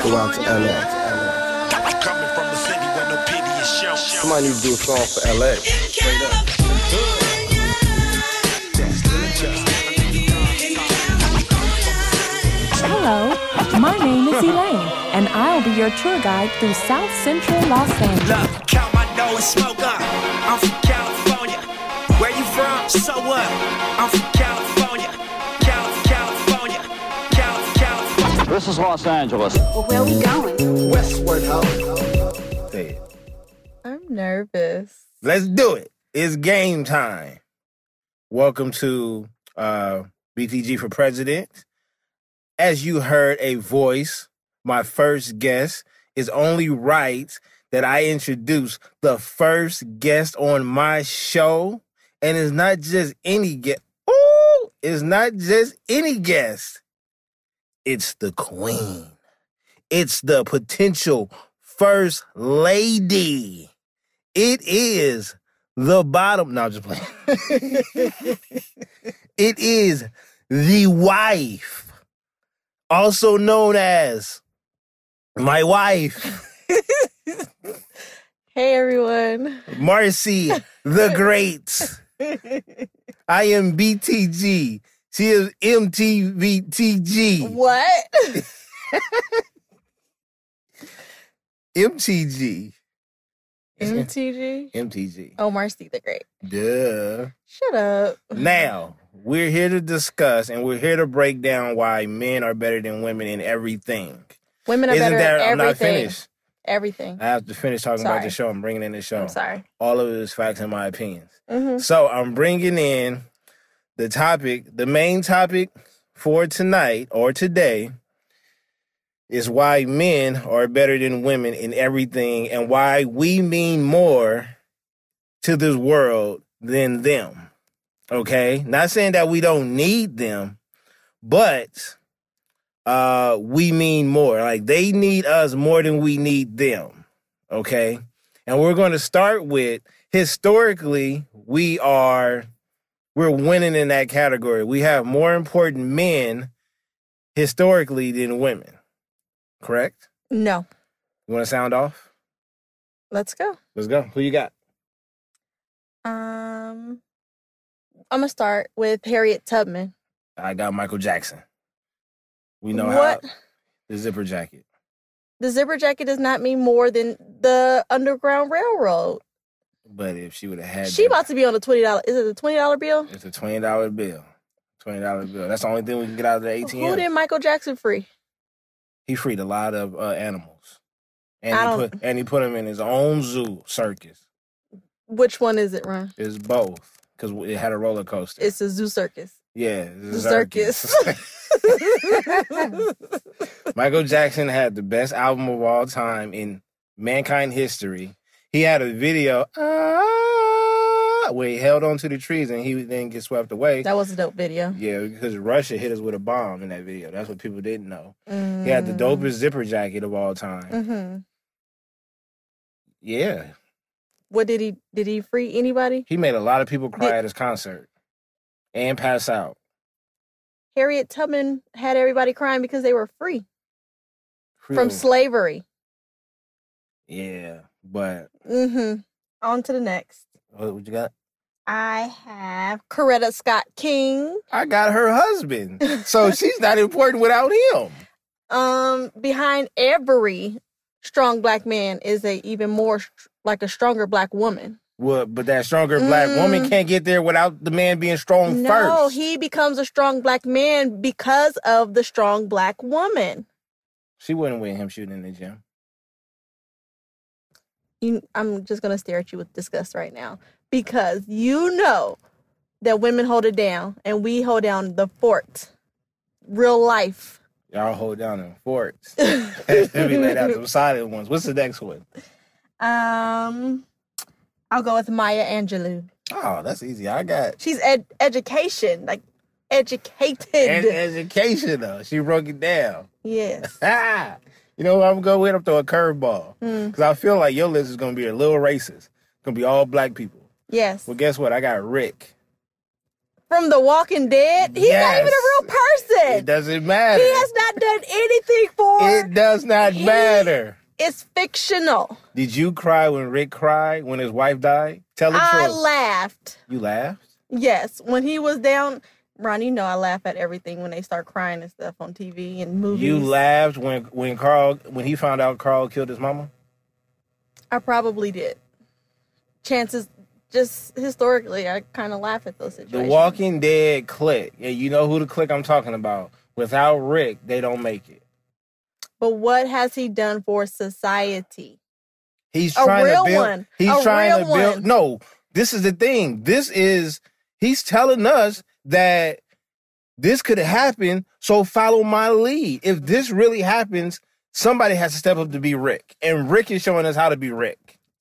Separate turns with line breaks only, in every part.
Go out to LA.
I'm coming from a city where no pity is shown.
Somebody needs to do a song for LA. Straight up.
Hello, my name is Elaine, and I'll be your tour guide through South Central Los Angeles.
Look, count my dough and smoke up. I'm from California. Where you from? So what? I'm from California. Cal, California. Cal, California.
This is Los Angeles.
Where we going?
Westward Ho. Say it.
I'm nervous.
Let's do it. It's game time. Welcome to uh, BTG for President. As you heard a voice, my first guest is only right that I introduce the first guest on my show. And it's not just any guest. Ooh, it's not just any guest. It's the queen. It's the potential first lady. It is the bottom. No, I'm just playing. it is the wife, also known as my wife,
Hey everyone.
Marcy the Great. I am BTG. She is MTVTG.
what?
MTG.
MTG?
MTG.
Oh, Marcy the Great.
Duh.
Shut up.
Now, we're here to discuss and we're here to break down why men are better than women in everything.
Women are
Isn't
better
that
at
I'm
everything.
not finished?
Everything.
I have to finish talking about
Sorry.
the show. I'm bringing in the show.
I'm sorry.
All of it is facts and my opinions.
hmm
So I'm bringing in the topic, the main topic for tonight or today is why men are better than women in everything and why we mean more to this world than them. Okay? Not saying that we don't need them, but uh we mean more. Like they need us more than we need them. Okay? And we're going to start with historically we are we're winning in that category. We have more important men historically than women. Correct?
No.
You want to sound off?
Let's go.
Let's go. Who you got?
Um I'm gonna start with Harriet Tubman.
I got Michael Jackson. We know
what
how the zipper jacket.
the zipper jacket does not mean more than the Underground Railroad.
But if she would have had
She
that-
about to be on a twenty dollar is it a twenty dollar bill?
it's a twenty dollar bill. Twenty dollar bill. That's the only thing we can get out of the ATM.
Who did Michael Jackson free?
he freed a lot of uh, animals. And
I
he
don't-
put and he put them in his own zoo circus.
Which one is it, Ron?
It's both because it had a roller coaster.
It's a zoo circus.
yeah, it's a
the circus.
Michael Jackson had the best album of all time in mankind history. He had a video ah, where he held onto the trees and he didn't get swept away.
that was a dope video.
yeah, because Russia hit us with a bomb in that video. That's what people didn't know.
Mm.
He had the dopest zipper jacket of all time.
hmm
Yeah,
What did he did he free anybody?
he made a lot of people cry
Did-
at his concert and pass out.
Harriet Tubman had everybody crying because they were free from
Really?
slavery.
yeah, but
hmm On to the next.
what what you got?
I have Coretta Scott King.
I got her husband. So she's not important without him.
Um, behind every strong black man is a even more str- like a stronger black woman.
Well, but that stronger black woman
Mm.
can't get there without the man being strong
No,
first.
he becomes a strong black man because of the strong black woman.
she wouldn't win him shooting in the gym.
you, I'm just gonna stare at you with disgust right now because you know that women hold it down and we hold down the fort, real life.
Y'all hold down them forts. Let me lay out some solid ones. What's the next one?
Um, I'll go with Maya Angelou.
Oh, that's easy. I got
She's ed- education, like educated.
ed- education though. She broke it down.
yes.
Ah, you know what I'm gonna go with? I'm throwing a curveball
Mm,
because I feel like your list is gonna be a little racist. It's gonna be all black people.
yes.
Well, guess what? I got Rick.
from The Walking Dead. He's not
Yes.
even a real person.
It doesn't matter.
he has not done anything for.
it does not
He-
matter.
it's fictional.
Did you cry when Rick cried when his wife died? Tell the
I
truth.
laughed.
you laughed?
Yes, when he was down, Ron, you know I laugh at everything when they start crying and stuff on TV and movies.
You laughed when when Carl when he found out Carl killed his mama?
I probably did. Chances, just historically, I kind of laugh at those
The
situations.
Walking Dead click. Yeah, you know who the click I'm talking about. Without Rick, they don't make it.
But what has he done for society?
He's
A
trying
real
to build.
one.
He's
A
trying to
real
build.
one.
No, this is the thing. This is he's telling us that this could happen. So follow my lead. If this really happens, somebody has to step up to be Rick, and Rick is showing us how to be Rick.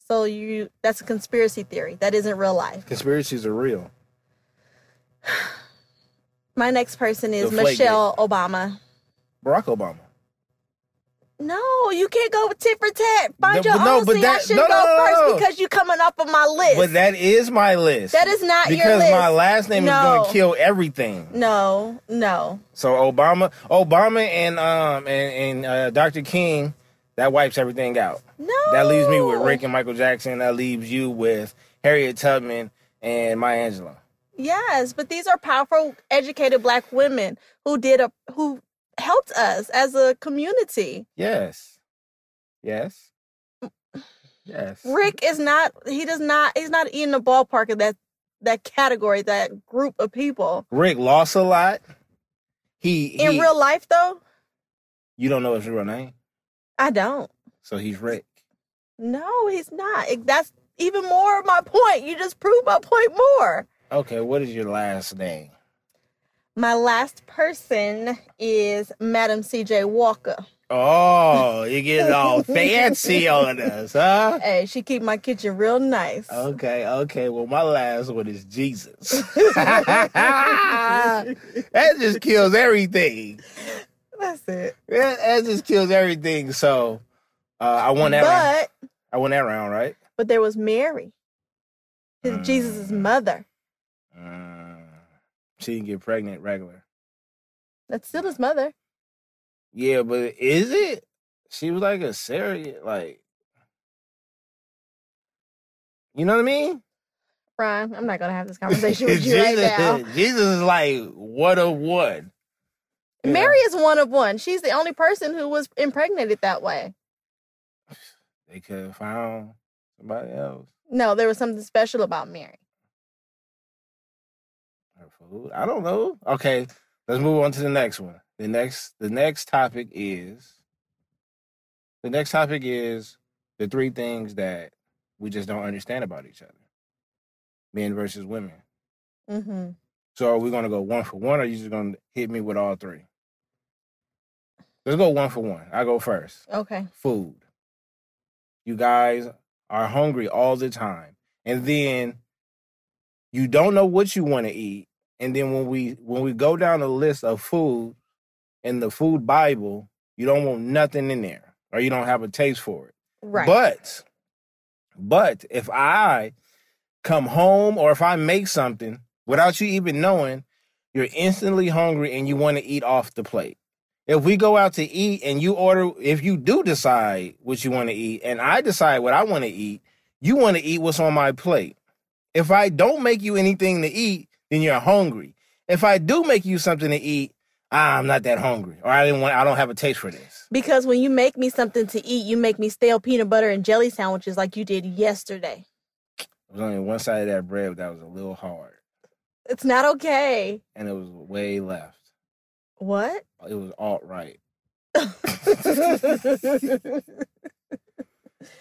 So you, that's a conspiracy theory. That isn't real life.
Conspiracies are real.
My next person is
Deflate
Michelle Obama.
Barack Obama.
No, you can't go tit for tat. Find
No,
your
but no,
own.
but
See, I
that-
should
no,
go
no, no,
first
no.
because you're coming up on my list.
But that is my list.
that is not your
because
list.
my last name is
No.
going to kill everything.
no, no.
So Obama, Obama, and um and and uh, Dr. King, that wipes everything out.
No.
That leaves me with Rick and Michael Jackson. That leaves you with Harriet Tubman and Maya Angelou.
Yes, but these are powerful, educated black women who did a who helped us as a community.
Yes, yes, yes.
Rick is not. He does not. He's not in the ballpark of that that category, that group of people.
Rick lost a lot. He, he
In real life, though,
you don't know his real name,
I don't.
so he's Rick.
No, he's not. It- That's even more of my point. You just proved my point more.
Okay, what is your last name?
My last person is Madam C.J. Walker.
Oh, you getting all fancy on us, huh?
Hey, she keep my kitchen real nice.
Okay, okay. Well, my last one is Jesus. that just kills everything.
That's it.
That, that just kills everything. So uh, I won that. round.
But
I won that round, right?
but there was Mary, his
Mm.
Jesus' mother.
Mm. She didn't get pregnant regular.
That's still his mother.
Yeah, but is it? She was like a surrogate, like. You know what I mean?
Ron, I'm not gonna have this conversation with you right now.
Jesus is like one of one. You know?
Mary is one of one. She's the only person who was impregnated that way.
they could have found somebody else.
No, there was something special about Mary.
Her food. I don't know. Okay, let's move on to the next one. The next the next topic is the next topic is the three things that we just don't understand about each other. Men versus women.
Mm-hmm.
So are we gonna go one for one or are you just gonna hit me with all three? Let's go one for one. I go first.
Okay.
Food. You guys are hungry all the time. And then you don't know what you want to eat. And then when we when we go down the list of food in the food Bible, you don't want nothing in there. Or you don't have a taste for it.
Right.
But but if I come home or if I make something without you even knowing, you're instantly hungry and you want to eat off the plate. If we go out to eat and you order if you do decide what you want to eat and I decide what I want to eat, you want to eat what's on my plate. If I don't make you anything to eat, then you're hungry. If I do make you something to eat, "Ah, I'm not that hungry or I didn't want I don't have a taste for this.
because when you make me something to eat, you make me stale peanut butter and jelly sandwiches like you did yesterday.
It was only one side of that bread but that was a little hard.
It's not okay.
and it was way left.
What?
It was alt right.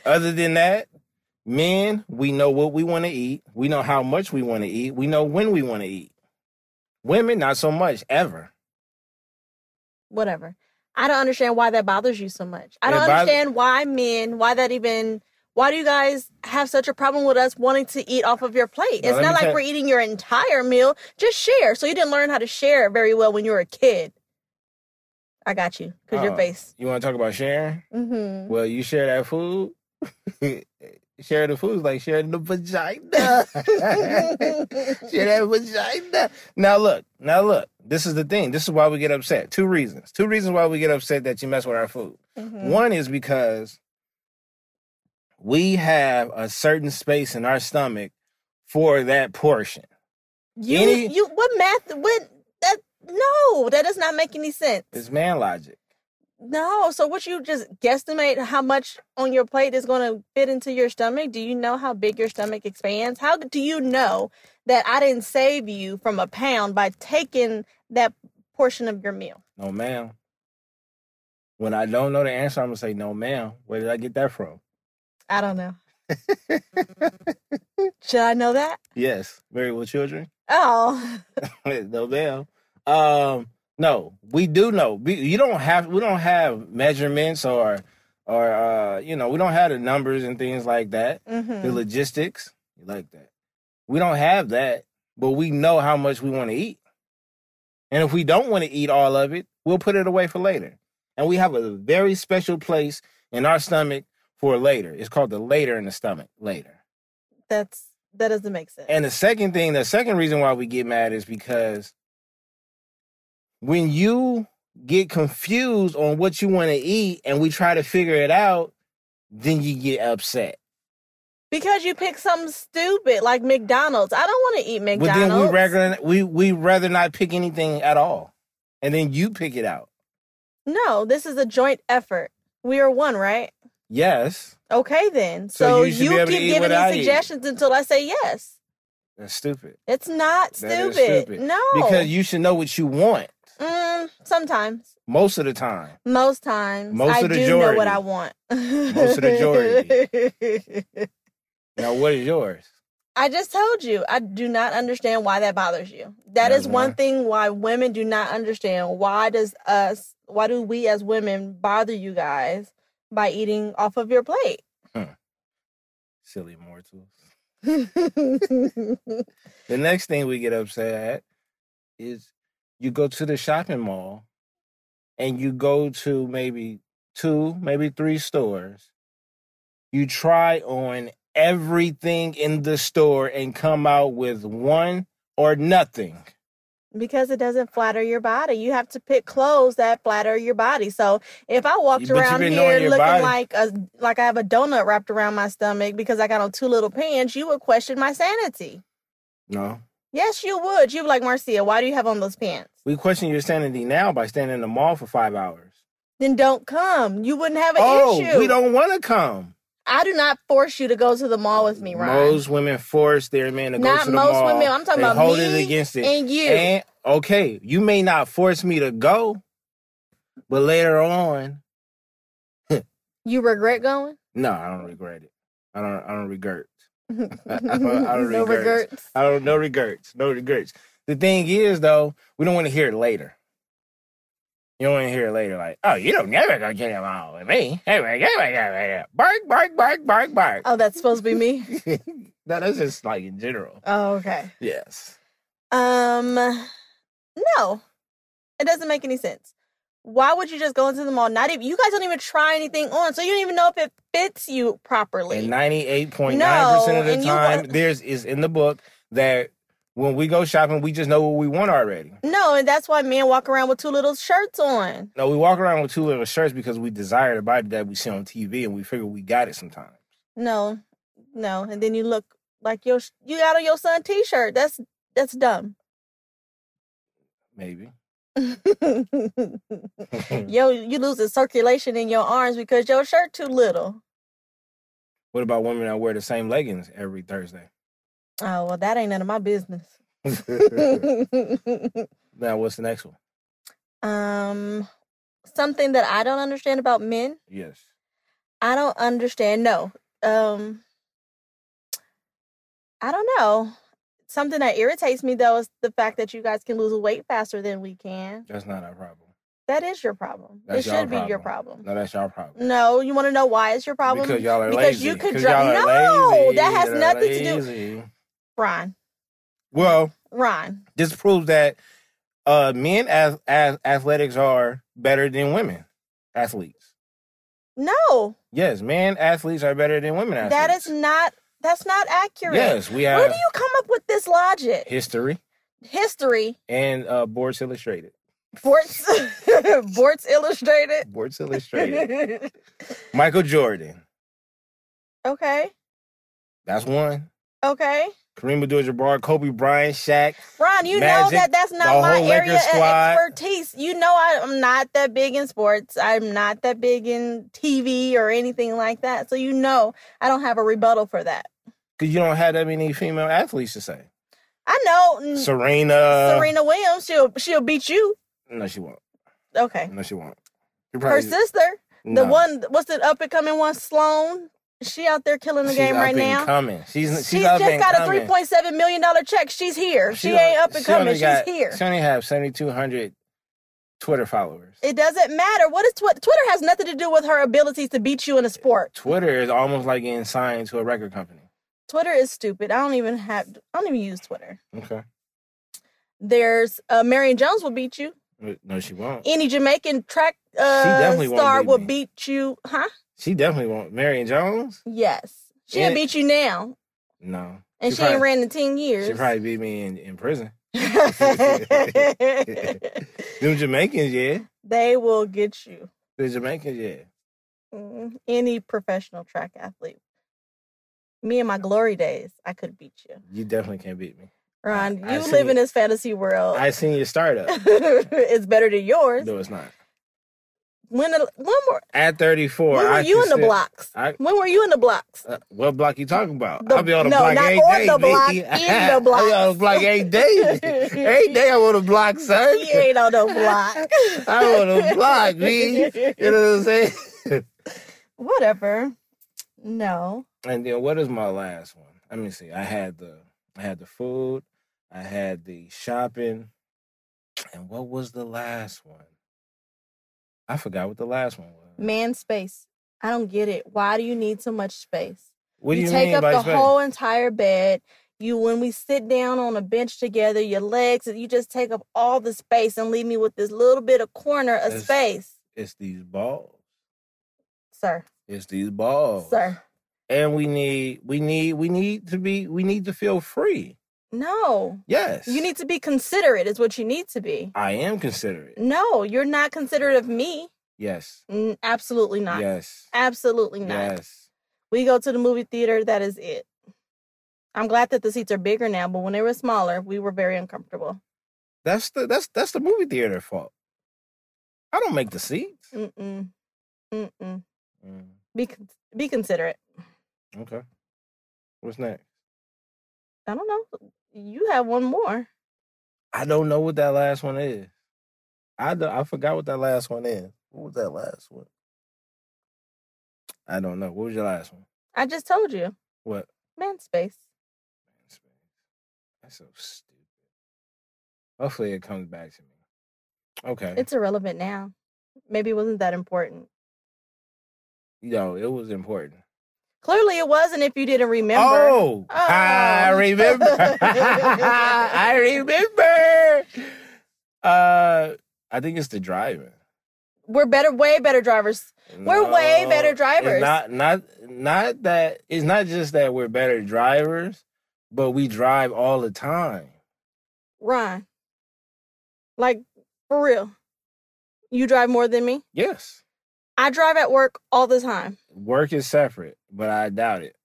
Other than that, men, we know what we want to eat. We know how much we want to eat. We know when we want to eat. Women, not so much ever.
whatever. I don't understand why that bothers you so much. I
It
don't
bother-
understand why men, why that even, why do you guys have such a problem with us wanting to eat off of your plate?
Well,
it's
let
not
me
like
tell-
we're eating your entire meal. Just share. So you didn't learn how to share very well when you were a kid. I got you because your
Oh.
face.
You want to talk about sharing?
Mm-hmm.
Well, you share that food. sharing the food is like sharing the vagina. Share that vagina. Now look, now look. This is the thing. This is why we get upset. Two reasons. Two reasons why we get upset that you mess with our food.
Mhm.
One is because we have a certain space in our stomach for that portion.
You,
Any-
you, what math? What that? No, that does not make any sense.
It's man logic.
No. So what you just guesstimate how much on your plate is going to fit into your stomach? Do you know how big your stomach expands? How do you know that I didn't save you from a pound by taking that portion of your meal?
No, ma'am. When I don't know the answer, I'm gonna say no, ma'am. Where did I get that from?
I don't know. Should I know that?
Yes, very well, children.
Oh,
no, ma'am. Um, no, we do know. We, you don't have. We don't have measurements or, or uh, you know, we don't have the numbers and things like that. The
hmm
logistics, you like that. We don't have that, but we know how much we want to eat. And if we don't want to eat all of it, we'll put it away for later. And we have a very special place in our stomach for later. It's called the later in the stomach, later.
that's that doesn't make sense.
And the second thing, the second reason why we get mad is because when you get confused on what you want to eat and we try to figure it out, then you get upset.
Because you pick something stupid like McDonald's. I don't want to eat
But then we
McDonald's.
rather we we rather not pick anything at all, and then you pick it out.
no, this is a joint effort. We are one, right?
Yes,
Okay, then.
So
So,
you should
you,
be able to eat
keep
what
giving me
I eat.
suggestions until I say yes.
that's stupid.
It's not
That
stupid.
is stupid.
No.
Because you should know what you want
mm, sometimes,
most of the time.
most times,
Most
I
of the
do know what
majority.
I want.
Most of the Now, what is yours?
I just told you, I do not understand why that bothers you. That is
Doesn't
one
matter.
thing why women do not understand. Why does us, why do we as women bother you guys by eating off of your plate?
Silly mortals.
mm-hmm.
The next thing we get upset at is you go to the shopping mall and you go to maybe two, maybe three stores. You try on everything in the store and come out with one or nothing.
Because it doesn't flatter your body. You have to pick clothes that flatter your body. So if I walked
But you've
around
been knowing
here
your
looking
body.
like a like I have a donut wrapped around my stomach because I got on two little pants, you would question my sanity.
No.
Yes, you would. You'd be like, Marcia, why do you have on those pants?
We question your sanity now by standing in the mall for five hours.
Then don't come. You wouldn't have an
oh,
issue.
we don't want to come.
I do not force you to go to the mall with me, Ron.
Most women force their men to go
Not
to the
most
mall.
women. I'm talking
They
about
hold
me
it against it.
and you.
And okay, you may not force me to go, but later on,
you regret going?
no, I don't regret it. I don't. I don't regret. I don't- I don't
no
regrets.
regrets.
I don't. No regrets. No regrets. The thing is, though, we don't want to hear it later. You don't want to hear it later, like, oh, you don't never gonna get along with me. Anyway, bark, bark, bark, bark, bark.
Oh, that's supposed to be me?
no, that's just like in general.
Oh, okay.
Yes.
Um, no, it doesn't make any sense. Why would you just go into the mall? Not even you guys don't even try anything on, so you don't even know if it fits you properly.
And ninety-eight point nine
No,
percent of the
and you
time,
want-
there's is in the book that when we go shopping, we just know what we want already.
no, and that's why men walk around with two little shirts on.
No, we walk around with two little shirts because we desire the body that we see on TV, and we figure we got it sometimes.
No, no, and then you look like your sh- you got on your son T-shirt. That's that's dumb.
Maybe.
yo, you losing circulation in your arms because your shirt too little.
what about women that wear the same leggings every Thursday?
Oh well, that ain't none of my business.
now, what's the next one?
um something that I don't understand about men.
Yes.
I don't understand. No. Um I don't know. Something that irritates me though is the fact that you guys can lose weight faster than we can.
That's not our problem.
That is your problem.
That's
it
y'all
should be your problem.
No, that's our problem.
No, you want to know why it's your problem?
Because y'all are
Because
lazy.
you could
'Cause
drop-
y'all
No,
are lazy.
that has
Y'all are
nothing to do-
lazy.
Ron.
Well,
Ron.
this proves that uh men as as athletics are better than women athletes
No,
Yes, man athletes are better than women athletes.
that is not. That's not accurate.
Yes, we
Where
have
do you come up with this logic?
history
History,
and uh, Boards Illustrated.
Borts, Borts Illustrated.
Boards Illustrated. Michael Jordan.
okay,
That's one.
okay.
Kareem Abdul-Jabbar, Kobe Bryant, Shaq.
Ron, you know
Magic,
that that's
the
not my
whole
area
Lakers
of
squad.
expertise. You know I, I'm not that big in sports. I'm not that big in TV or anything like that. So you know I don't have a rebuttal for that.
Because you don't have that many female athletes to say.
I know mm,
Serena.
Serena Williams. She'll she'll beat you.
No, she won't.
Okay,
No, she won't. You
her
probably-
sister,
no.
the one what's the up and coming one, Sloan. She out there killing the
She's
game
up
right
and
now.
Coming. She's she's,
She's
up
just
and
got a
coming.
three point seven million dollar check. She's here. She,
only-
ain't up and
she only
coming. She's
got-
here.
She only have seventy two hundred Twitter followers.
It doesn't matter. What is Twitter? Twitter has nothing to do with her abilities to beat you in a sport.
Twitter is almost like getting signed to a record company.
Twitter is stupid. I don't even have. I don't even use Twitter.
Okay.
There's uh, Marion Jones will beat you.
No, she won't.
Any Jamaican track uh,
definitely won't
star
beat
will
me.
beat you, huh?
She definitely won't. Marion Jones?
Yes, she'll
And-
beat you now,
No.
and she, ain't ran in ten years.
She probably beat me in, in prison. Them Jamaicans, yeah.
they will get you.
The Jamaicans, yeah.
Mm, Any professional track athlete. Me in my glory days, I could beat you.
You definitely can't beat me.
Ron, you
I see
live in
it.
this fantasy world.
I seen your startup.
it's better than yours.
no, it's not.
When the- when were
At thirty four,
when were
I
you in the
consider-
blocks?
I-
when were you in the blocks?
Uh, what block you talking about?
The-
I'll be on the
no,
block
not
eight
on
days.
the block,
baby.
in the block.
I be on the block eight days. eight day I'm on the block, son.
he ain't on the block.
I'm on the block, B. You know what I'm saying?
Whatever. No.
and then what is my last one? Let me see. I had the I had the food, I had the shopping, and what was the last one? I forgot what the last one was.
Man space. I don't get it. Why do you need so much space?
What do you
take
mean
up
by
the
space?
whole entire bed. You when we sit down on a bench together, your legs, you just take up all the space and leave me with this little bit of corner of
That's-
space.
It's these balls.
Sir.
It's these balls.
Sir.
And we need we need we need to be we need to feel free.
No.
Yes.
You need to be considerate, is what you need to be.
I am considerate.
No, you're not considerate of me.
Yes.
Mm, absolutely not.
Yes.
Absolutely not.
Yes.
We go to the movie theater, that is it. I'm glad that the seats are bigger now, but when they were smaller, we were very uncomfortable.
That's the that's that's the movie theater fault. I don't make the seats.
Mm-mm. Mm-mm.
Mm,
Be, con- be considerate.
okay. What's next?
I don't know. You have one more.
I don't know what that last one is. I do, I forgot what that last one is. What was that last one? I don't know. What was your last one?
I just told you.
What?
Man space.
That's so stupid. Hopefully it comes back to me. Okay.
It's irrelevant now. Maybe it wasn't that important.
Yo, it was important.
Clearly it wasn't if you didn't remember.
Oh, I
Oh.
remember. I remember. Uh, I think it's the driving.
We're better, way better drivers. We're way better
it's
drivers.
Not, not, not that. It's not just that we're better drivers, but we drive all the time.
Ron. Like, for real. You drive more than me?
Yes,
I drive at work all the time.
work is separate, but I doubt it.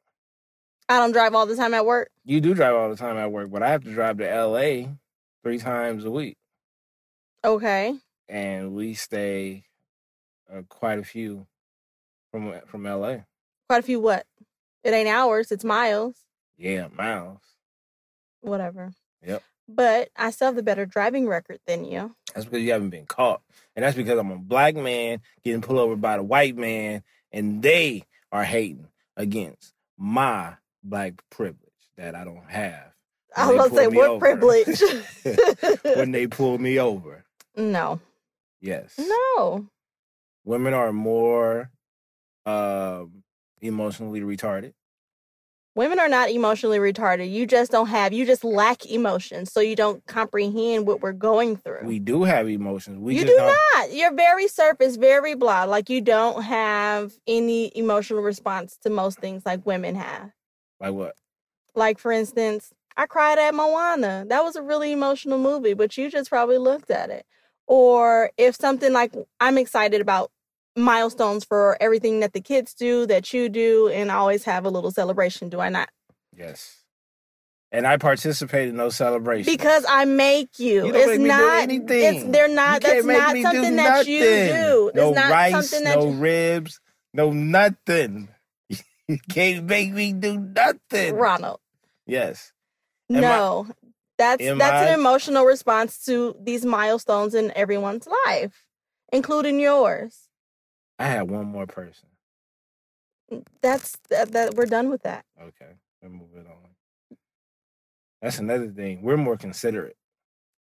I don't drive all the time at work.
You do drive all the time at work, but I have to drive to L.A. three times a week,
Okay.
and we stay uh, quite a few from from L.A.
Quite a few what? It ain't hours, it's miles.
Yeah, miles.
Whatever.
Yep.
But I still have the better driving record than you.
That's because you haven't been caught. And that's because I'm a black man getting pulled over by the white man, and they are hating against my black privilege that I don't have.
I
When
was
they
gonna say,
pulled me
what
over.
privilege?
when they pull me over.
no.
Yes.
No.
Women are more um, emotionally retarded.
Women are not emotionally retarded. You just don't have, you just lack emotion. So you don't comprehend what we're going through.
We do have emotions. We
you
just
do
don't-
not. You're very surface, very blah. Like you don't have any emotional response to most things like women have.
Like what?
Like for instance, I cried at Moana. That was a really emotional movie, but you just probably looked at it. Or if something like I'm excited about milestones for everything that the kids do, that you do, and I always have a little celebration, do I not?
Yes. And I participate in those celebrations.
Because I make you.
You don't
it's
make me do
not
anything.
it's they're not
You
that's
can't make
not
me do
something that you
nothing.
do.
No
it's not
rice,
something that
no
you
ribs, no nothing. you can't make me do nothing.
Ronald.
Yes. Am I-
No. that's
am
that's
I-
an emotional response to these milestones in everyone's life, including yours.
I had one more person.
That's that, that we're done with that.
Okay. We're moving on. That's another thing. We're more considerate.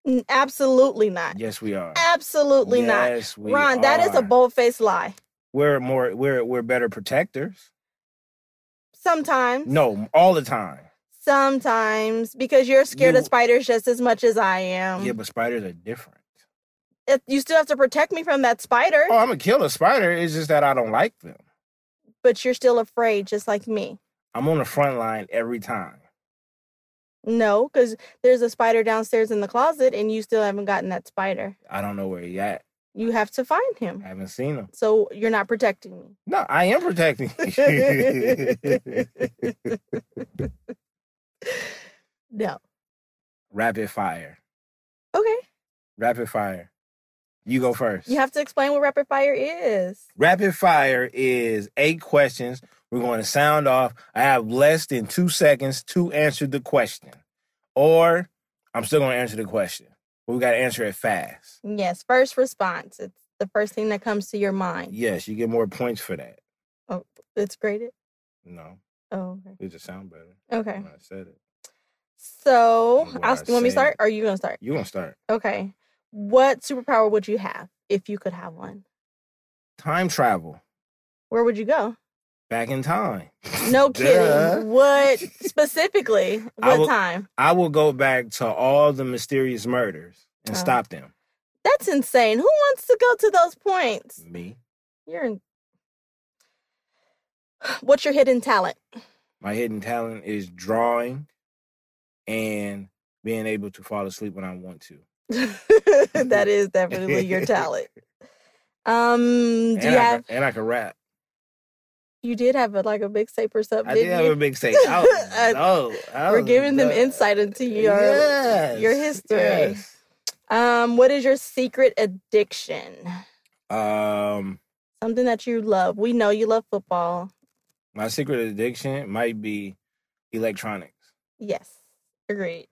N- Absolutely not.
Yes, we are.
Absolutely
Yes,
not.
we
Ron, that is
are.
a bold faced lie.
We're more we're we're better protectors.
Sometimes.
No, all the time.
Sometimes because you're scared
You-
of spiders just as much as I am.
yeah, but spiders are different.
If- you still have to protect me from that spider,
Oh, I'm gonna kill a spider. It's just that I don't like them.
but you're still afraid just like me.
I'm on the front line every time.
No, because there's a spider downstairs in the closet and you still haven't gotten that spider.
I don't know where he at.
You have to find him.
I haven't seen him.
So you're not protecting me.
No, I am protecting.
No.
rapid fire.
Okay.
Rapid fire. You go first.
You have to explain what rapid fire is.
Rapid fire is eight questions. We're going to sound off. I have less than two seconds to answer the question, or I'm still going to answer the question. But we got to answer it fast.
Yes. First response. It's the first thing that comes to your mind.
Yes, you get more points for that.
It's graded.
No,
Oh, okay.
it just sound better
Okay.
when I said it.
So
Mm. What
I'll,
I
you want me to
said.
start? Or are you going to start?
You gonna start?
Okay. What superpower would you have if you could have one?
Time travel
Where would you go?
back in time.
No
Duh.
kidding. What specifically?
I
What
will-
time?
I will go back to all the mysterious murders and
Oh.
stop them.
That's insane. Who wants to go to those points?
Me,
You're in. What's your hidden talent?
my hidden talent is drawing and being able to fall asleep when I want to.
that is definitely your talent. Um, do
and,
you
I
have?
can, and I can rap.
You did have a, like a big say or something.
I did
didn't
have
you?
a big say. I was-
I-
oh, I
We're
was
giving them
done.
insight into your your
Yes,
history.
yes.
Um, what is your secret addiction?
Um,
Something that you love. We know you love football.
my secret addiction might be electronics.
Yes, agreed.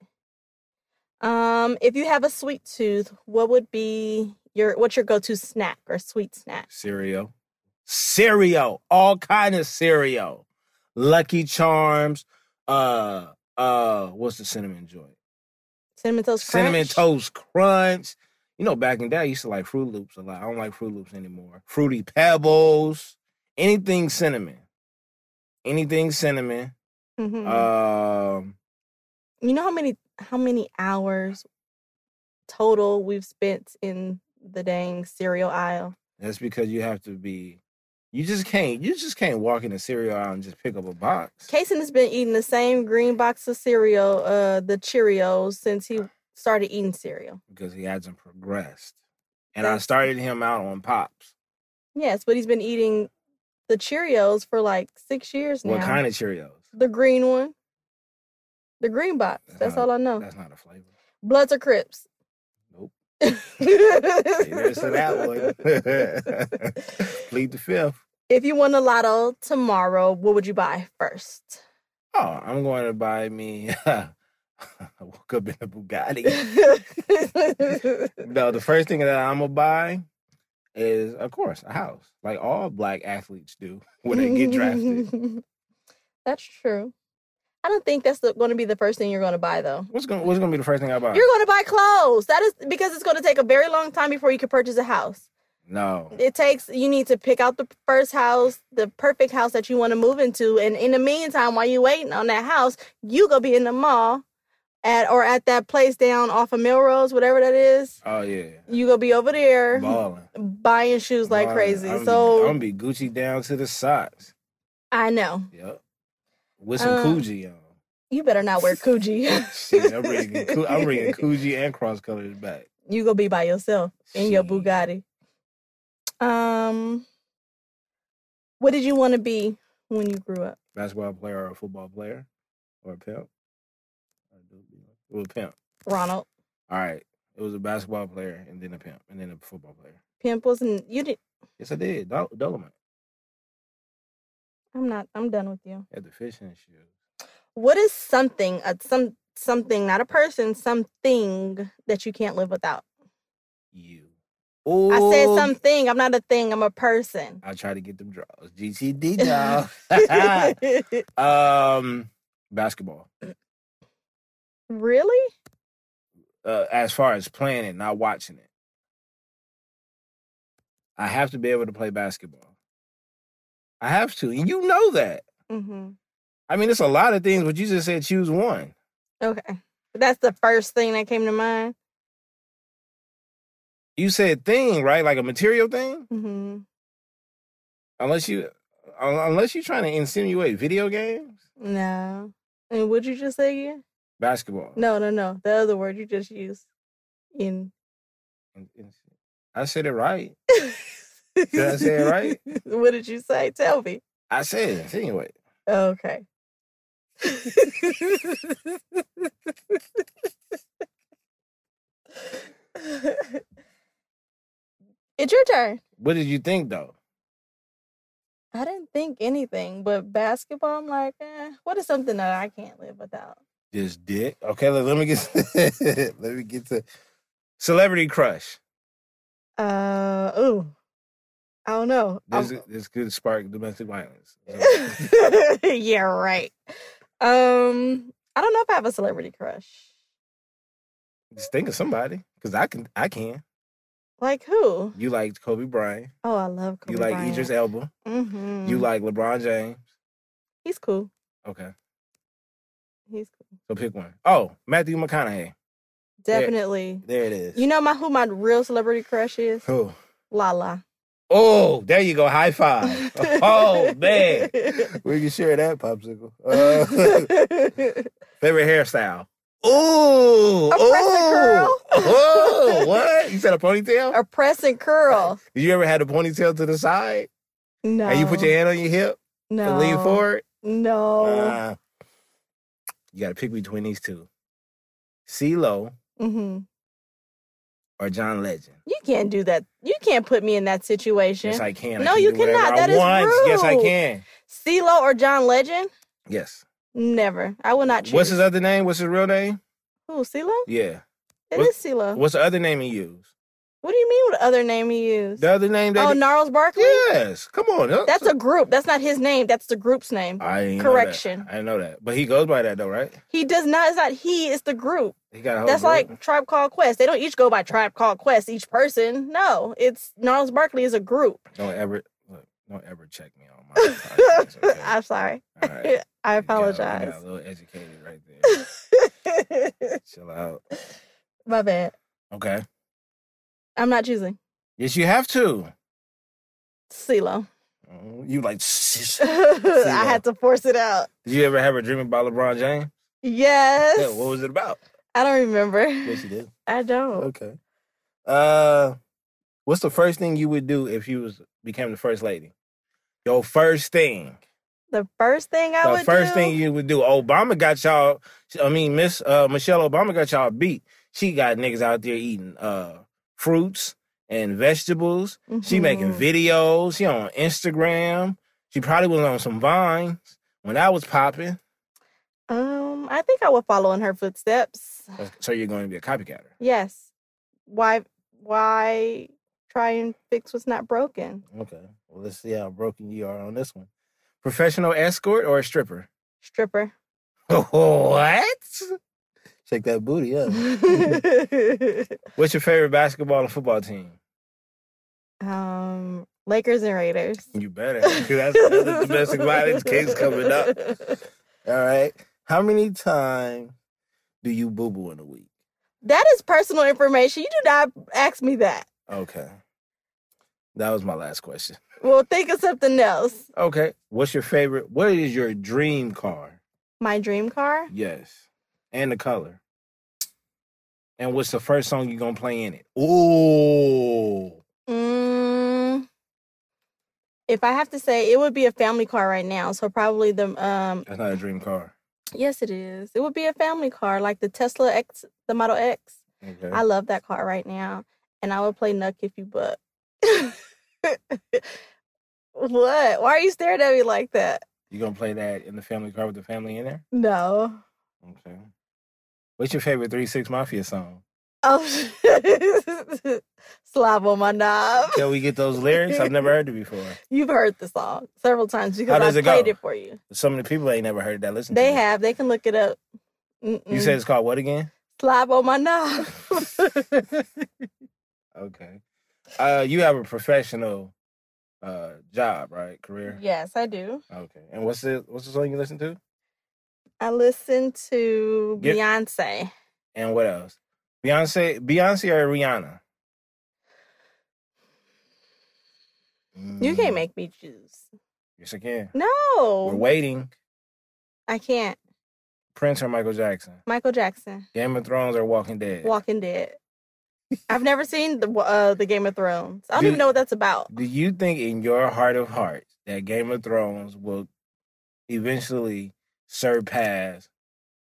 Um, if you have a sweet tooth, what would be your what's your go to snack or sweet snack?
cereal, cereal, all kind of cereal, Lucky Charms. Uh, uh, what's the cinnamon joint?
Cinnamon toast.
Cinnamon
Crunch?
Toast Crunch. You know, back in the day, I used to like Fruit Loops a lot. I don't like Fruit Loops anymore. Fruity Pebbles, anything cinnamon, anything cinnamon.
Mhm.
Um,
you know how many how many hours total we've spent in the dang cereal aisle?
that's because you have to be. You just can't. You just can't walk in the cereal aisle and just pick up a box.
Kason has been eating the same green box of cereal, uh, the Cheerios, since he started eating cereal.
because he hasn't progressed. And I started him out on pops.
Yes, but he's been eating the Cheerios for like six years now.
What kind of Cheerios?
The green one. The green box.
That's
That's
not-
all I know.
That's not a flavor.
Bloods or Crips.
Nope. Hey, there's to that
that
one. Plead the fifth.
if you won a lotto tomorrow, what would you buy first?
Oh, I'm going to buy me. I woke up in a Bugatti.
okay.
no, the first thing that I'm gonna buy is, of course, a house, like all black athletes do when they get drafted.
that's true. I don't think that's going to be the first thing you're going to buy, though.
What's gonna What's gonna be the first thing I buy?
You're going to buy clothes. That is because it's going to take a very long time before you can purchase a house.
No.
It takes you need to pick out the first house, the perfect house that you want to move into, and in the meantime, while you waiting on that house, you go be in the mall, at or at that place down off of Melrose, whatever that is.
Oh yeah.
You go be over there
Balling.
buying shoes like
Balling.
crazy.
I'm,
so
I'm gonna be Gucci down to the socks.
I know
Yep. With some
Uh,
Coogee on.
you better not wear coochie.
Shit, I'm bringing, Coo- I'm bringing Coogee and cross colors back.
you go be by yourself in your
Shit.
Bugatti. Um, what did you want to be when you grew up?
Basketball player or a football player or a pimp. It was a pimp.
Ronald
All right. It was a basketball player and then a pimp and then a football player.
Pimp wasn't you did.
Yes, I did. Dol- Dolomite.
I'm not. I'm done with you.
Had the fishing shoes.
What is something? A some something, not a person. Something that you can't live without.
You. Oh,
I said something. I'm not a thing. I'm a person.
I try to get them draws. GTD draws. um, basketball.
really?
Uh, as far as playing it, not watching it. I have to be able to play basketball. I have to, and you know that.
hmm
I mean, it's a lot of things, but you just said choose one.
Okay. That's the first thing that came to mind.
You said thing, right? Like a material thing,
hmm
unless you, un- unless you're trying to insinuate video games,
No. And what'd you just say again?
basketball.
No, no, no. The other word you just used. In.
In- in- I said it right. Did I say it right?
what did you say? Tell me.
I said it. Anyway,
Okay. it's your turn.
what did you think though?
I didn't think anything, but basketball, I'm like, eh, what is something that I can't live without?
This dick. Okay, let, let me get let me get to celebrity crush.
Uh, ooh. I don't know.
This
I'm-
this could spark domestic violence.
yeah, right. Um, I don't know if I have a celebrity crush.
Just think of somebody, cause I can I can.
Like who?
You like Kobe Bryant.
Oh, I love Kobe
you like Idris Elba.
hmm
You like LeBron James.
He's cool.
Okay,
He's cool.
so pick one. Oh, Matthew McConaughey. Yeah.
Definitely.
There it is.
You know my who my real celebrity crush is?
Who?
Lala.
Oh, there you go. High five. Oh man, we can share that popsicle. Uh, Favorite hairstyle? Ooh,
A press and curl?
oh, what? You said a ponytail?
a press and curl.
Did you ever had a ponytail to the side
No.
and you put your hand on your hip
no.
and lean forward?
No.
Nah. you got to pick between these two: CeeLo
hmm
or John Legend.
You can't do that. You can't put me in that situation.
Yes, I can. I
No,
can
you
do whatever
cannot.
I
That is
want. Yes, I
rude.
can.
CeeLo or John Legend?
Yes.
Never. I will not choose.
What's his other name? What's his real name?
Who, CeeLo?
Yeah.
Oh, It
what-
is CeeLo. What,
What's the other name he used?
do you mean what other name he used?
The other name that?
oh,
he-
Gnarls Barkley?
Yes. Come on.
That's a group. That's not his name. That's the group's name.
I didn't know that.
correction.
I didn't know that, but he goes by that though, right?
He does not. It's not he. It's the group.
He got a whole
That's
group.
like Tribe Called Quest. They don't each go by Tribe Called Quest. Each person. No, it's Gnarls Barkley is a group.
don't ever look, don't ever check me on my. podcast, okay?
I'm sorry.
All right. You got-
I
you
apologize.
Got, a little educated right there. Chill out.
My bad.
Okay.
I'm not choosing
Yes, you have to.
CeeLo.
Mm, You like? "Sis."
I had to force it out.
Did you ever have a dream about LeBron James?
Yes.
Yeah. What was it about?
I don't remember.
you did.
I don't.
Okay. Uh, what's the first thing you would do if you was became the first lady? Your first thing.
The first thing I
the
would
first
do.
thing you would do. Obama got y'all. I mean, Miss uh, Michelle Obama got y'all beat. She got niggas out there eating uh, fruits and vegetables. She making
Mhm.
videos. She on Instagram. She probably was on some vines when that was popping.
Um, I think I would follow in her footsteps.
So you're going to be a copycatter.
Yes. Why? Why try and fix what's not broken?
Okay. Well, let's see how broken you are on this one. Professional escort or a stripper?
Stripper.
what? Shake that booty up.
I
What's your favorite basketball and football team?
Um, Lakers and Raiders.
You better. 'cause That's, that's a domestic violence case coming up. All right. How many times do you boo boo in a week?
That is personal information. You do not ask me that.
Okay. That was my last question.
Well, think of something else.
Okay. What's your favorite? What is your dream car?
My dream car.
Yes. And the color. And what's the first song you gonna play in it? Ooh.
Mm, if I have to say, it would be a family car right now. So probably the um.
That's not a dream car.
Yes, it is. It would be a family car, like the Tesla X, the Model X.
Okay.
I love that car right now, and I would play Nuck if you buck. what? Why are you staring at me like that?
You gonna play that in the family car with the family in there?
No.
Okay. What's your favorite Three Six Mafia song?
Oh, slob on my knob.
Can we get those lyrics? I've never heard it before.
You've heard the song several times
How
because
does
I
it go?
played it for you.
So many people ain't never heard that. Listen, to
They mm.
it.
have. They can look it up.
You
Mm-mm.
said it's called what again?
slob on my knob.
okay. Uh, you have a professional uh job, right? Career.
yes, I do.
Okay. And what's the what's the song you listen to?
I listen to
Get-
Beyonce.
And what else? Beyonce, Beyonce or Rihanna?
You
Mm,
can't make me choose.
Yes, I can. We're
No,
waiting.
I can't.
Prince or Michael Jackson?
Michael Jackson.
Game of Thrones or Walking Dead?
Walking Dead. I've never seen the uh, the Game of Thrones. I don't
Do-
even know what that's about.
Do you think in your heart of hearts that Game of Thrones will eventually surpass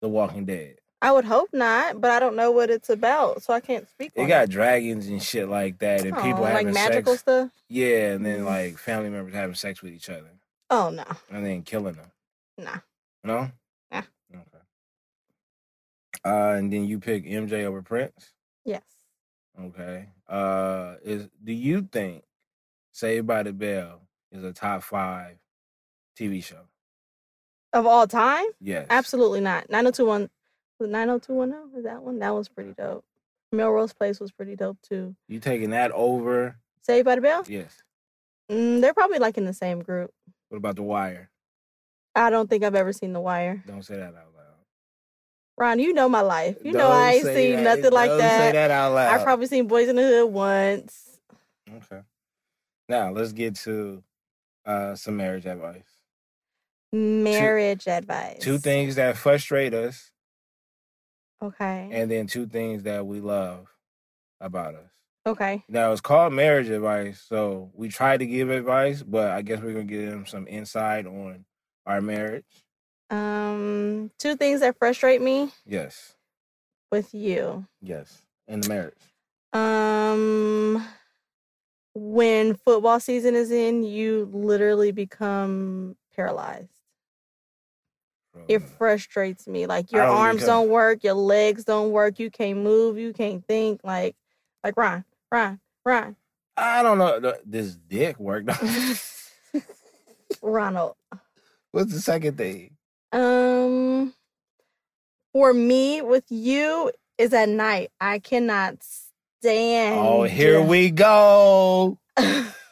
The Walking Dead?
I would hope not, but I don't know what it's about, so I can't speak.
It
on
got dragons and shit like that, and people
Oh,
having
like magical
sex.
stuff.
Yeah, and then
Mm.
like family members having sex with each other
Oh no,
and then killing them.
Nah.
No?
Nah.
Okay. Uh, and then you pick MJ over Prince.
yes,
Okay. Uh, is do you think Saved by the Bell is a top five TV show?
of all time,
Yes.
absolutely not. Nine hundred two one, nine hundred two one zero is that one? That one's pretty dope. Melrose Place was pretty dope too.
You taking that over?
Saved by the Bell.
Yes.
Mm, they're probably like in the same group.
What about The Wire?
I don't think I've ever seen The Wire.
Don't say that out loud.
Ron, you know my life. You know
Don't
I ain't
say
seen
that-
nothing like
don't Say that out loud.
I've probably seen Boys in the Hood once.
Okay. Now let's get to uh, some marriage advice.
Marriage advice.
Two things that frustrate us,
Okay.
and then two things that we love about us.
okay.
Now it's called marriage advice, so we try to give advice, but I guess we're gonna give them some insight on our marriage.
Um, two things that frustrate me
Yes,
with you.
yes, in the marriage.
Um, when football season is in, you literally become paralyzed. It frustrates me. Like your
Mm. I don't
arms
become-
don't work, your legs don't work, you can't move, you can't think. Like, like Ron, Ron, Ron,
I don't know. th- This dick worked.
Ronald.
What's the second thing?
Um, for me with you is at night. I cannot stand.
Oh, here we go.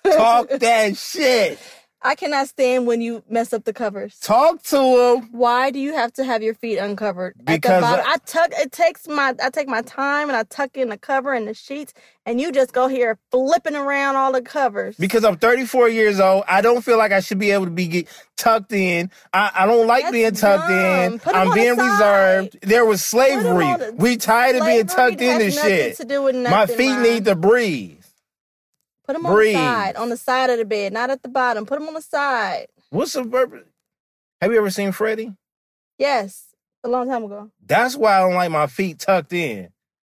Talk that shit.
I cannot stand when you mess up the covers.
Talk to him.
Why do you have to have your feet uncovered?
Because
at the bottom,
I-
I tuck. It takes my. I take my time and I tuck in the cover and the sheets, and you just go here flipping around all the covers.
Because I'm 34 years old, I don't feel like I should be able to be get tucked in. I, I don't like
That's
being tucked in.
dumb. Put 'em
I'm
on the
being
side.
reserved. There was
on
slavery.
the-
we tired of being
Slavery
tucked in
has
this
nothing
shit.
To do with nothing,
My feet
Ron.
need to breathe.
put them
breathe.
on the side, on the side of the bed, not at the bottom. Put them on the side.
What's the purpose? Have you ever seen Freddie?
Yes, a long time ago.
That's why I don't like my feet tucked in.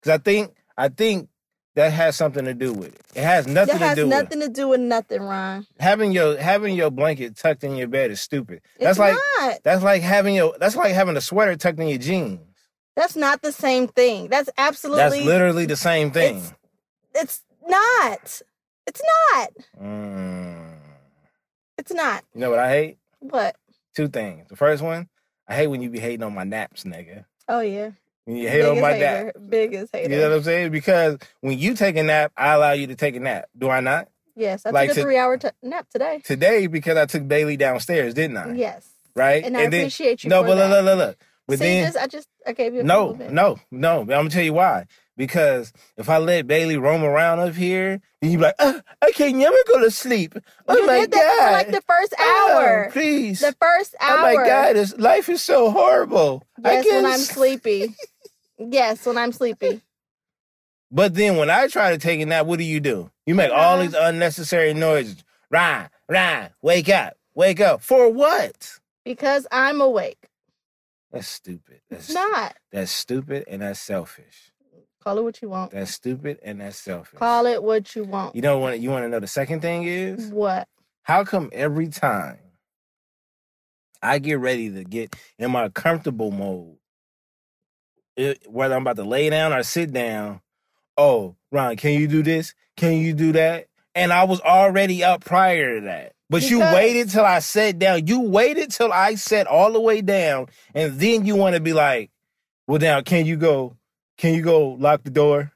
Cause I think I think that has something to do with it. It has nothing
that has
to do with it.
nothing to do with nothing, Ron.
having your having your blanket tucked in your bed is stupid.
It's
that's like
not.
that's like having your that's like having a sweater tucked in your jeans.
That's not the same thing. That's absolutely.
That's literally the same thing.
It's- It's not. It's not.
Mm.
It's not.
You know what I hate?
What?
Two things. The first one, I hate when you be hating on my naps, nigga.
Oh yeah.
When you hate on my nap.
hater. Biggest hater.
You know what I'm saying? Because when you take a nap, I allow you to take a nap. Do I not?
Yes, I
Like
took a
to-
three hour t- nap today.
today because I took Bailey downstairs, didn't I?
Yes,
Right?
and I appreciate you.
No,
for
but
that.
look, look, look, look. But
See,
then
just, I just I gave you a
no,
compliment.
no, no. I'm gonna tell you why. Because if I let Bailey roam around up here, then you be like, "Ah, I can never go to sleep. Oh
you
my
did that
god!
for like the first
Oh,
hour.
please.
the first
oh
hour.
my god! This life is so horrible. I
Yes,
can't
when I'm
s-
sleepy. yes, when I'm sleepy.
But then when I try to take a nap, what do you do? You make
Uh-huh.
all these unnecessary noises. Ryan, Ryan, wake up, wake up. For what?
Because I'm awake.
That's stupid. That's
It's not.
That's stupid and that's selfish.
Call it what you want.
That's stupid and that's selfish.
Call it what you want.
You know what? You want to know the second thing is
What?
how come every time I get ready to get in my comfortable mode, it- whether I'm about to lay down or sit down, oh Ron, can you do this? Can you do that? And I was already up prior to that. But you
Because-
waited till I sat down. You waited till I sat all the way down, and then you want to be like, "Well, now can you go? Can you go lock the door?"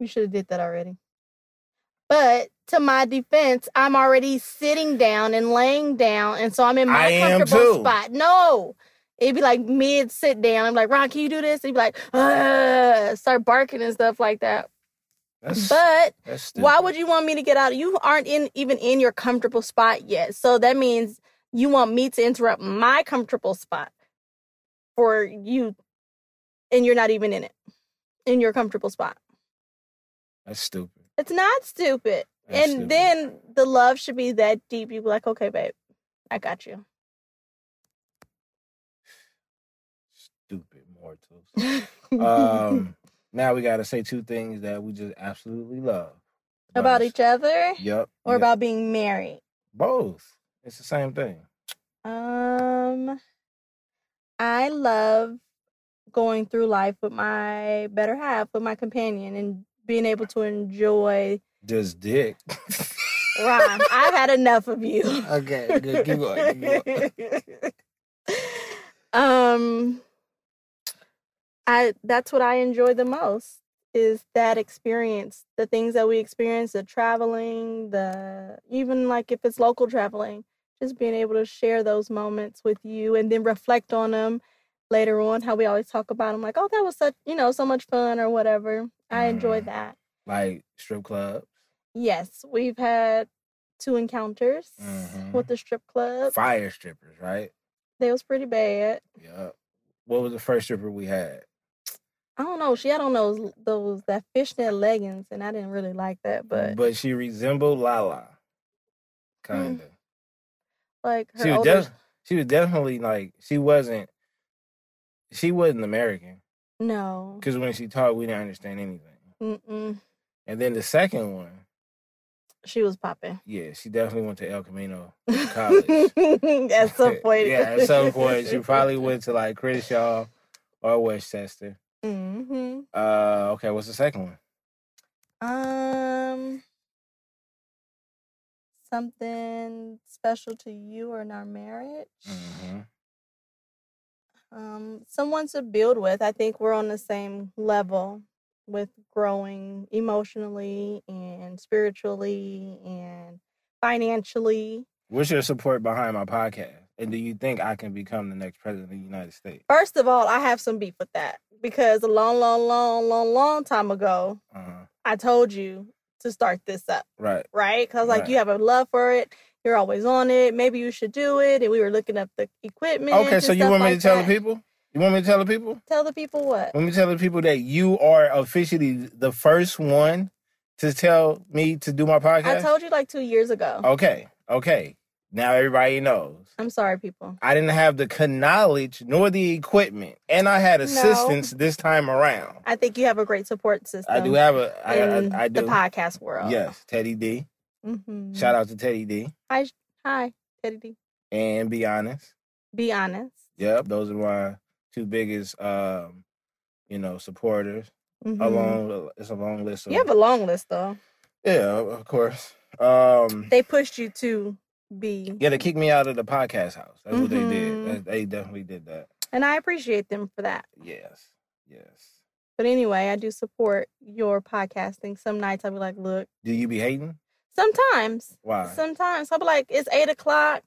You should have did that already. But to my defense, I'm already sitting down and laying down, and so I'm in my
I am
comfortable
too.
spot. No, it'd be like mid sit down. I'm like, Ron, can you do this? He'd be like, Ugh, start barking and stuff like that.
That's,
But
that's stupid.
why would you want me to get out? You aren't in even in your comfortable spot yet, so that means you want me to interrupt my comfortable spot for you, and you're not even in it in your comfortable spot.
That's stupid.
It's not stupid.
That's
and
stupid.
then the love should be that deep. You be like, okay, babe, I got you.
stupid mortals. um, now we gotta say two things that we just absolutely love
about each other
Yep.
or about being married.
both. It's the same thing.
Um, I love going through life with my better half, with my companion, and being able to enjoy.
Just dick.
Ron, I've had enough of you.
okay, good. Keep going. keep going.
um, I that's what I enjoy the most is that experience, the things that we experience, the traveling, the even like if it's local traveling, just being able to share those moments with you and then reflect on them later on. How we always talk about them, like oh that was such you know so much fun or whatever. I enjoy
Mhm.
that.
Like strip club,
Yes, we've had two encounters
Mhm.
with the strip club.
fire strippers, right?
They was pretty bad.
Yep. What was the first stripper we had?
I don't know. She had on those those that fishnet leggings, and I didn't really like
Mm,
that. But
she resembled Lala, kind of.
like her
She was
older,
def- she was definitely like she wasn't. She wasn't American
no,
because when she talked, we didn't understand anything.
Mm-mm.
And then the second one,
she was popping.
yeah, she definitely went to El Camino. College.
at some point,
yeah, at some point she probably went to like Crenshaw or Westchester.
hmm
Uh, okay, what's the second one?
Um, something special to you or in our marriage.
hmm
um, someone to build with. I think we're on the same level with growing emotionally and spiritually and financially.
What's your support behind my podcast? And do you think I can become the next president of the United States?
First of all, I have some beef with that because a long, long, long, long, long time ago,
Uh-huh.
I told you to start this up,
Right.
right? Because, like, you have a love for it. You're always on it. Maybe you should do it. And we were looking up the equipment.
Okay,
and
so you
stuff
want me
like
to tell
that.
the people? You want me to tell the people?
Tell the people what?
Let me tell the people that you are officially the first one to tell me to do my podcast.
I told you like two years ago.
Okay, okay. Now everybody knows.
I'm sorry, people.
I didn't have the con- knowledge nor the equipment, and I had assistance this time around.
I think you have a great support system.
I do have a. I,
in
I, I do.
the podcast world.
Yes, Teddy D.
Mhm.
Shout out to Teddy D.
Hi, Teddy D.
And be honest.
Be honest.
Yep, those are my two biggest, um, you know, supporters.
Mhm.
Along, it's a long list. Of,
You have a long list though.
yeah, of course. Um,
They pushed you to be,
yeah, they kicked me out of the podcast house. That's what they
Mhm.
did. That- they definitely did that.
and I appreciate them for that.
Yes, yes.
But anyway, I do support your podcasting. Some nights I'll be like, look,
Do you be hating?
Sometimes.
Why?
Sometimes I'll be like, it's eight o'clock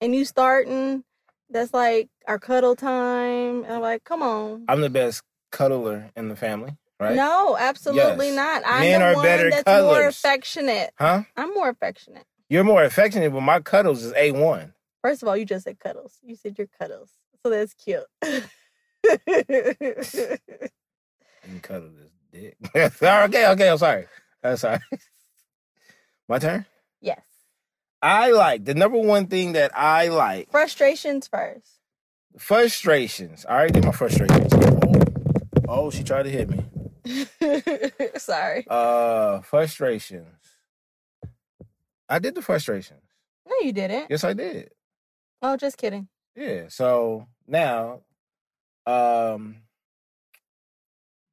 and you starting. That's like our cuddle time. And I'm like, come on.
I'm the best cuddler in the family, right?
No, absolutely
Yes.
not. I'm
Men
the
are
one
better
that's more
cuddlers.
affectionate.
Huh?
I'm more affectionate.
You're more affectionate, but my cuddles is a one.
First of all, you just said cuddles. You said your cuddles. So that's cute.
And cuddle this dick. okay, okay. I'm sorry. I'm sorry. my turn.
yes.
I like the number one thing that I like
Frustrations first.
frustrations. I already did my frustrations. Oh, she tried to hit me.
Sorry.
Uh, frustrations. I did the frustrations.
No, you didn't.
Yes, I did.
Oh, just kidding.
Yeah. So now, um,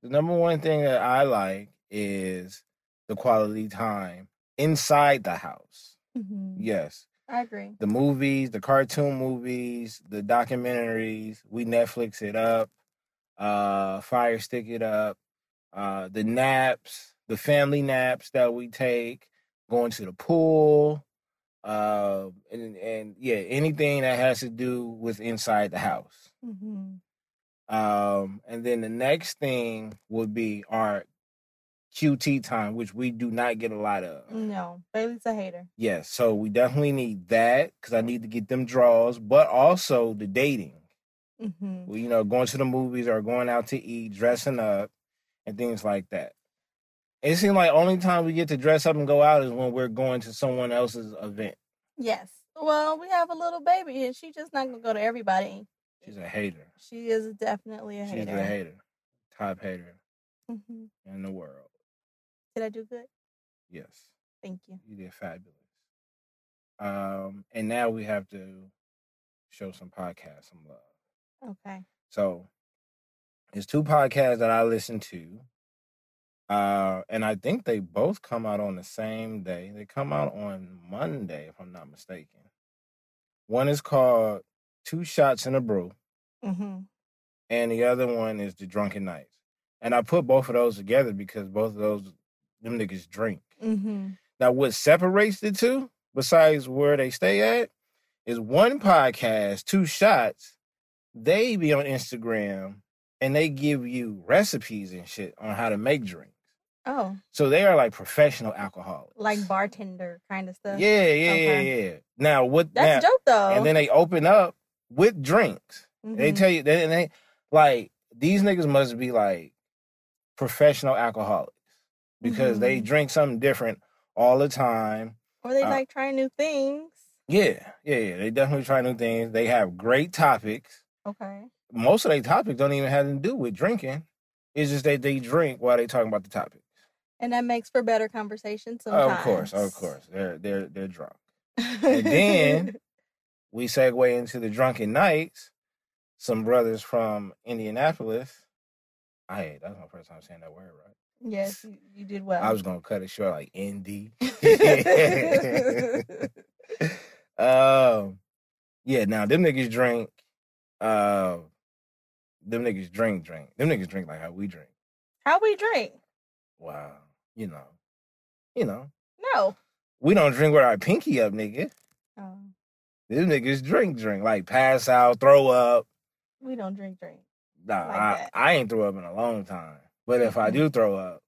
the number one thing that I like is the quality time inside the house.
Mhm.
Yes.
I agree.
the movies, the cartoon movies, the documentaries. We Netflix it up, uh, fire stick it up, uh, the naps, the family naps that we take, going to the pool, uh, and and yeah, anything that has to do with inside the house.
hmm
Um, and then the next thing would be our QT time, which we do not get a lot of.
No, Bailey's a hater.
Yes, so we definitely need that because I need to get them draws, but also the dating.
hmm
Well, You know, going to the movies or going out to eat, dressing up, and things like that. It seems like only time we get to dress up and go out is when we're going to someone else's event.
Yes. Well, we have a little baby, and she's just not gonna go to everybody.
She's a hater.
She is definitely a
She's
hater.
a hater, top hater
Mhm.
in the world.
Did I do good?
Yes,
Thank you.
you did fabulous. Um, and now we have to show some podcast some love.
Okay.
So there's two podcasts that I listen to. Uh, and I think they both come out on the same day. They come out on Monday, if I'm not mistaken. One is called Two Shots in a Brew,
hmm
and the other one is The Drunken Nights. And I put both of those together because both of those them niggas drink.
hmm
Now, what separates the two, besides where they stay at, is one podcast, two shots. They be on Instagram and they give you recipes and shit on how to make drinks.
Oh,
So they are like professional alcoholics.
like bartender kind of
Yeah,
stuff.
yeah,
Okay.
yeah, yeah. Now what?
That's
now,
dope though.
And then they open up with drinks. They
Mhm.
tell you, they, they like these niggas must be like professional alcoholics because they
Mhm.
drink something different all the time.
or they
uh,
like trying new things.
Yeah, yeah, yeah. They definitely try new things. They have great topics.
Okay.
Most of their topics don't even have to do with drinking. It's just that they drink while they talking about the topic.
And that makes for better conversation sometimes.
Of course, of course. They're they're they're drunk. And then- We segue into the drunken nights. Some brothers from Indianapolis. I that's my first time saying that word right.
yes, you, you did well.
I was gonna cut it short like Indy.
mm-hmm.
Um, yeah. Now them niggas drink. Uh, them niggas drink, drink. Them niggas drink like how we drink.
How we drink?
Wow. You know. You know.
No.
We don't drink with our pinky up, nigga.
Oh,
Them niggas drink, drink like pass out, throw up.
we don't drink drink.
Nah,
Like
I,
that.
I ain't throw up in a long time. But if I
Mhm.
do throw up,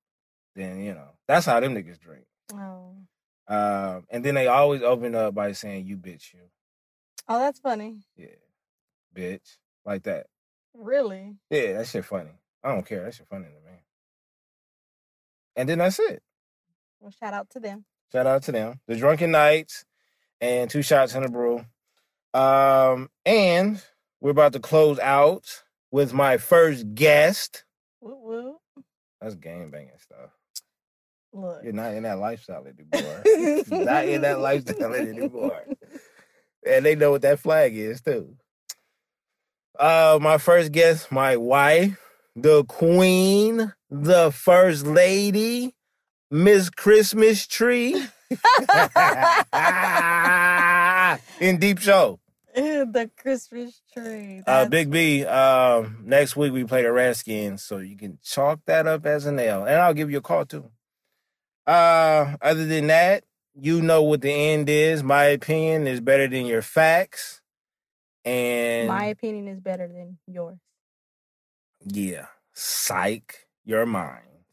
then you know that's how them niggas drink.
Oh.
Um, and then they always open up by saying you bitch you,
Oh, that's funny.
yeah, bitch, like that.
Really?
Yeah, that shit funny. I don't care. That shit funny to me. And then that's it.
Well, shout out to them.
Shout out to them. The Drunken Knights and Two Shots in a Brew. Um, and we're about to close out with my first guest.
Woo woo.
That's game banging stuff.
Look.
You're not in that lifestyle anymore. not in that lifestyle anymore. And they know what that flag is too. Uh, my first guest, my wife, the queen, the first lady, Miss Christmas Tree in Deep Show.
the Christmas tree.
Uh,
That's-
Big B. Um, next week we play the Redskins, so you can chalk that up as an L, and I'll give you a call too. Uh, other than that, You know what the end is. My opinion is better than your facts. And
My opinion is better than yours.
yeah, psych your mind.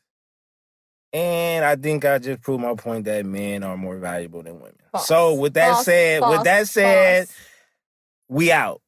And I think I just proved my point that men are more valuable than women. So
False.
with that
False,
said, with
false,
that said,
false.
we out.